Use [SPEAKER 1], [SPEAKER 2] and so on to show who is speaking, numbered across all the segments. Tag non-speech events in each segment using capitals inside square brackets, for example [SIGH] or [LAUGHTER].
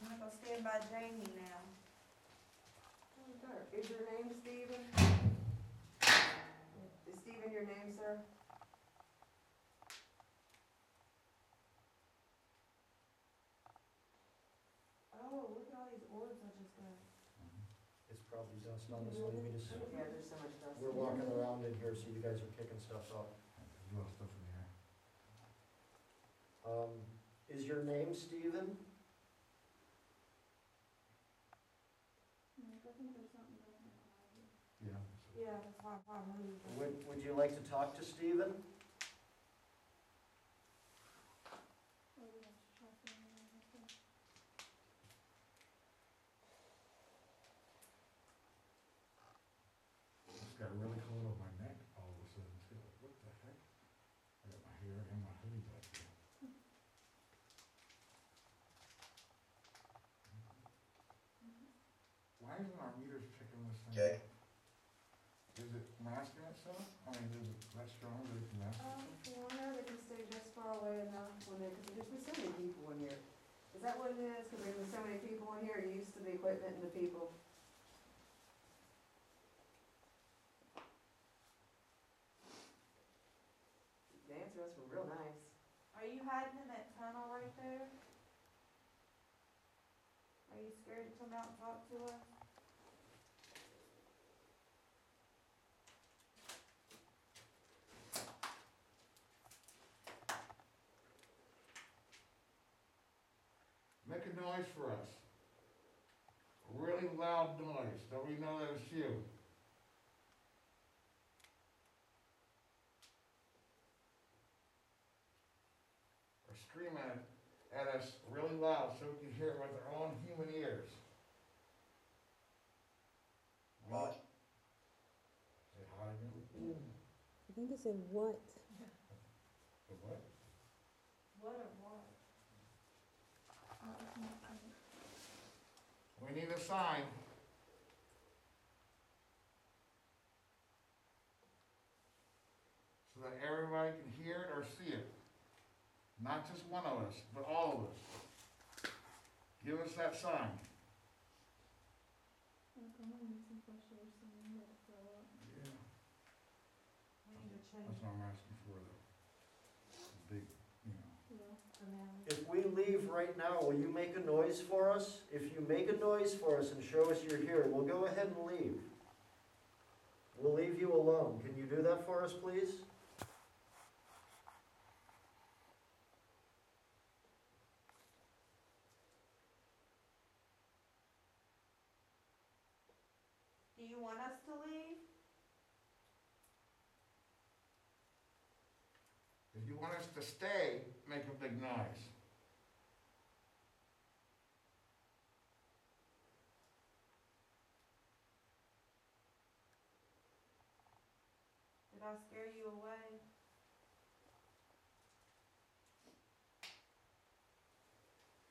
[SPEAKER 1] written by Jamie now.
[SPEAKER 2] Is your name Stephen? Is Stephen your name, sir? Oh, look at all these orbs I just got.
[SPEAKER 3] It's probably dust on this one, we just,
[SPEAKER 2] Yeah, there's so much dust.
[SPEAKER 3] we're walking around in here, so you guys are kicking stuff up.
[SPEAKER 4] You want stuff from here?
[SPEAKER 3] Um, is your name Steven?
[SPEAKER 4] Yeah.
[SPEAKER 2] Yeah, that's why I moved.
[SPEAKER 3] Would, would you like to talk to Steven?
[SPEAKER 4] It's got really cold on my neck all of a sudden too. Like, What the heck? I got my hair and my hoodie back here. Why isn't our meters picking this thing?
[SPEAKER 5] Okay.
[SPEAKER 4] up? Is it masking itself? I mean, is it that strong that it can mask
[SPEAKER 2] Um,
[SPEAKER 4] itself?
[SPEAKER 2] well, no, they can stay just far away enough when they, because there's been so many people in here. Is that what it is? Because there's been so many people in here, you're used to the equipment and the people. The answer was real nice.
[SPEAKER 1] Are you hiding in that tunnel right there? Are you scared to come out and talk to us?
[SPEAKER 4] Make a noise for us. A really loud noise, so we know that it's you. Or scream at, at us really loud so we can hear it with our own human ears.
[SPEAKER 5] What?
[SPEAKER 4] Say hi to me.
[SPEAKER 6] I think I said what?
[SPEAKER 4] Say what?
[SPEAKER 1] What or what?
[SPEAKER 4] Uh, We need a sign. So that everybody can hear it or see it. Not just one of us, but all of us. Give us that sign. Yeah.
[SPEAKER 1] We need to change
[SPEAKER 4] That's what I'm asking for though. Big, you know.
[SPEAKER 1] for now.
[SPEAKER 3] If we leave right now, will you make a noise for us? If you make a noise for us and show us you're here, we'll go ahead and leave. We'll leave you alone. Can you do that for us, please?
[SPEAKER 1] Do you want us to leave?
[SPEAKER 4] If you want us to stay, make a big noise.
[SPEAKER 1] Did I scare you away?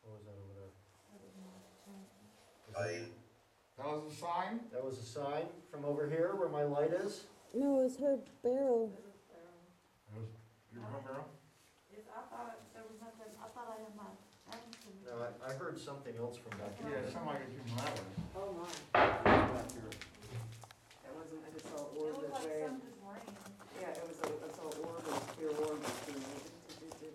[SPEAKER 3] What was that over there?
[SPEAKER 5] I,
[SPEAKER 4] That was a sign?
[SPEAKER 3] That was a sign from over here where my light is.
[SPEAKER 6] No, it was her barrel.
[SPEAKER 4] That was your home girl?
[SPEAKER 1] Yes, I thought there was nothing, I thought I had my, I
[SPEAKER 3] No, I, I heard something else from back
[SPEAKER 4] Yeah,
[SPEAKER 3] here.
[SPEAKER 4] it sounded like it came from that way.
[SPEAKER 2] Oh my,
[SPEAKER 3] Back here.
[SPEAKER 2] that wasn't, I just saw an
[SPEAKER 1] It
[SPEAKER 2] orb
[SPEAKER 1] looked
[SPEAKER 2] that's
[SPEAKER 1] like
[SPEAKER 2] way.
[SPEAKER 1] some just ran.
[SPEAKER 2] Yeah, it was, a- I saw an orb, a clear orb that's doing it.
[SPEAKER 3] Okay,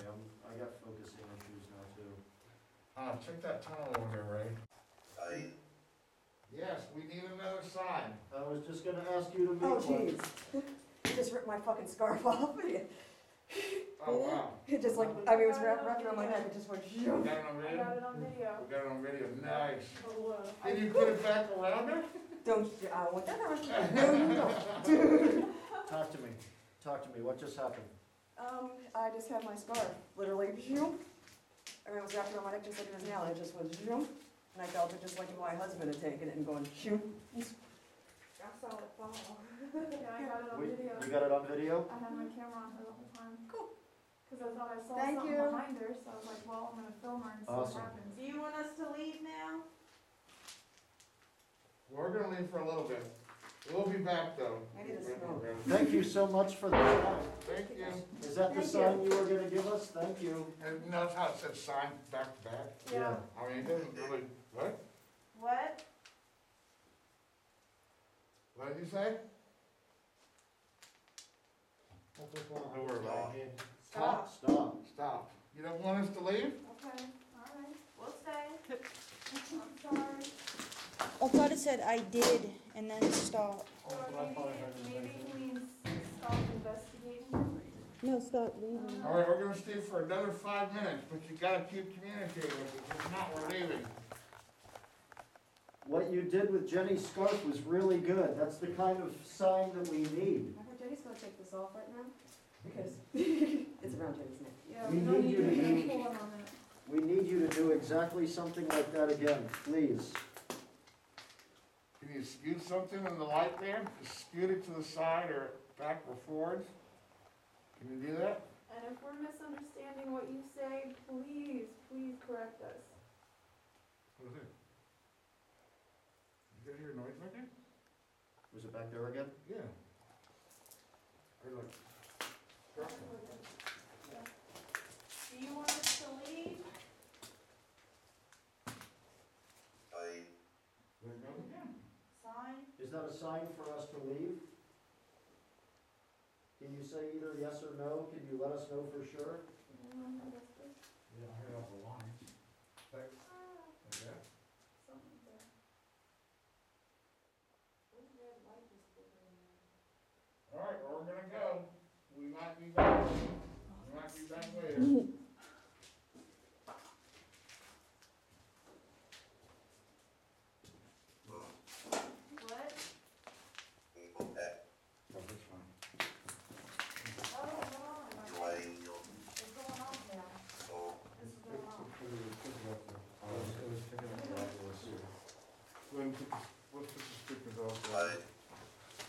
[SPEAKER 3] I'm, I got focusing issues now too.
[SPEAKER 4] Uh, check that tunnel over there, Ray.
[SPEAKER 5] I,
[SPEAKER 4] Yes, we need another sign.
[SPEAKER 3] I was just gonna ask you to make
[SPEAKER 2] Oh
[SPEAKER 3] one.
[SPEAKER 2] jeez, you just ripped my fucking scarf [LAUGHS] off.
[SPEAKER 4] Oh, wow.
[SPEAKER 2] It just like, I mean, it was wrapped wrapped around my neck, it just went.
[SPEAKER 4] We got it on
[SPEAKER 1] I
[SPEAKER 4] video?
[SPEAKER 1] got it on video.
[SPEAKER 4] We got it on video, nice.
[SPEAKER 1] Oh, wow.
[SPEAKER 4] Can you put it back around her?
[SPEAKER 2] Don't, you- I want that, no, you don't.
[SPEAKER 3] Talk to me, talk to me, what just happened?
[SPEAKER 2] Um, I just had my scarf, literally, zoom. I mean, it was wrapped around my neck just like it is now, it just went zoom. And I felt it just like my husband had taken it and going zoom.
[SPEAKER 1] I saw it fall. Yeah, I got it on
[SPEAKER 3] We-
[SPEAKER 1] video.
[SPEAKER 3] You got it on video?
[SPEAKER 1] I had my camera on her the whole time. Cool. Cause I thought I saw
[SPEAKER 2] Thank
[SPEAKER 1] something
[SPEAKER 2] you.
[SPEAKER 1] behind her, so I was like, well, I'm gonna film her and see what
[SPEAKER 3] Awesome.
[SPEAKER 1] happens. Do you want us to leave now?
[SPEAKER 4] We're gonna leave for a little bit. We'll be back though.
[SPEAKER 7] I need a smoke.
[SPEAKER 3] Thank you so much for the sign.
[SPEAKER 4] Thank you.
[SPEAKER 3] Is that the
[SPEAKER 7] Thank you.
[SPEAKER 3] sign you were gonna give us? Thank you.
[SPEAKER 4] And notice how it said sign back to back?
[SPEAKER 1] Yeah.
[SPEAKER 4] I mean, it doesn't really, what?
[SPEAKER 1] What?
[SPEAKER 4] What did you say? Don't worry about it.
[SPEAKER 1] Stop.
[SPEAKER 3] Stop.
[SPEAKER 4] Stop. You don't want us to leave?
[SPEAKER 1] Okay, all right, we'll stay. I'm sorry.
[SPEAKER 2] I thought it said I did and then stop.
[SPEAKER 1] Or maybe, it- maybe it means stop investigating.
[SPEAKER 8] No, stop reading.
[SPEAKER 4] All right, we're gonna stay for another five minutes, but you gotta keep communicating with us. If not, we're leaving.
[SPEAKER 3] What you did with Jenny's scarf was really good. That's the kind of sign that we need.
[SPEAKER 1] I heard Jenny's gonna take this off right now.
[SPEAKER 7] Because [LAUGHS] it's around Jenny's neck.
[SPEAKER 1] Yeah,
[SPEAKER 3] We
[SPEAKER 1] we don't
[SPEAKER 3] need
[SPEAKER 1] need
[SPEAKER 3] you
[SPEAKER 1] to
[SPEAKER 3] to
[SPEAKER 1] be
[SPEAKER 3] do-
[SPEAKER 1] pulling on it.
[SPEAKER 3] We need you to do exactly something like that again, please.
[SPEAKER 4] Can you scoot something in the light there? Just Scoot it to the side or back or forward? Can you do that?
[SPEAKER 1] And if we're misunderstanding what you say, please, please correct us.
[SPEAKER 4] What is it? You guys hear a noise right there?
[SPEAKER 3] Was it back there again?
[SPEAKER 4] Yeah. Or like,
[SPEAKER 1] Do you want us to leave?
[SPEAKER 9] I.
[SPEAKER 4] there it goes again.
[SPEAKER 1] Sign?
[SPEAKER 3] Is that a sign for us to leave? Can you say either yes or no? Can you let us know for sure?
[SPEAKER 1] Anyone who does this?
[SPEAKER 10] Yeah, I heard off the line. Like,
[SPEAKER 1] Ah,
[SPEAKER 10] like that.
[SPEAKER 1] something there. What red light is flickering there?
[SPEAKER 4] All right, well, we're gonna go. We might be back. We might be back later.
[SPEAKER 1] What?
[SPEAKER 9] Go back.
[SPEAKER 4] Oh, that's fine.
[SPEAKER 1] Oh, no,
[SPEAKER 9] You're letting your
[SPEAKER 1] it's going off now.
[SPEAKER 9] soul
[SPEAKER 1] This is going off.
[SPEAKER 4] Glenn, uh, put the- let's put the speakers off.
[SPEAKER 9] fly.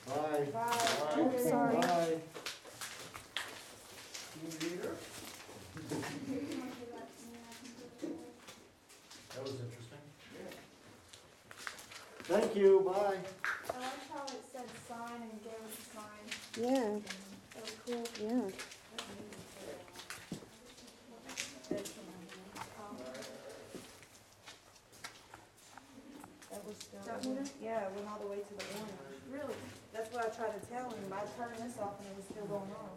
[SPEAKER 3] Bye.
[SPEAKER 1] Bye.
[SPEAKER 8] I'm sorry.
[SPEAKER 3] Bye. That was interesting. Thank you, bye.
[SPEAKER 1] I liked how it said sign and gave us a sign.
[SPEAKER 8] Yeah,
[SPEAKER 1] That was cool.
[SPEAKER 8] yeah.
[SPEAKER 2] Oh. That was
[SPEAKER 1] That one?
[SPEAKER 2] Yeah, it went all the way to the orange.
[SPEAKER 1] Really?
[SPEAKER 2] That's what I tried to tell him, but I turned this off and it was still going on.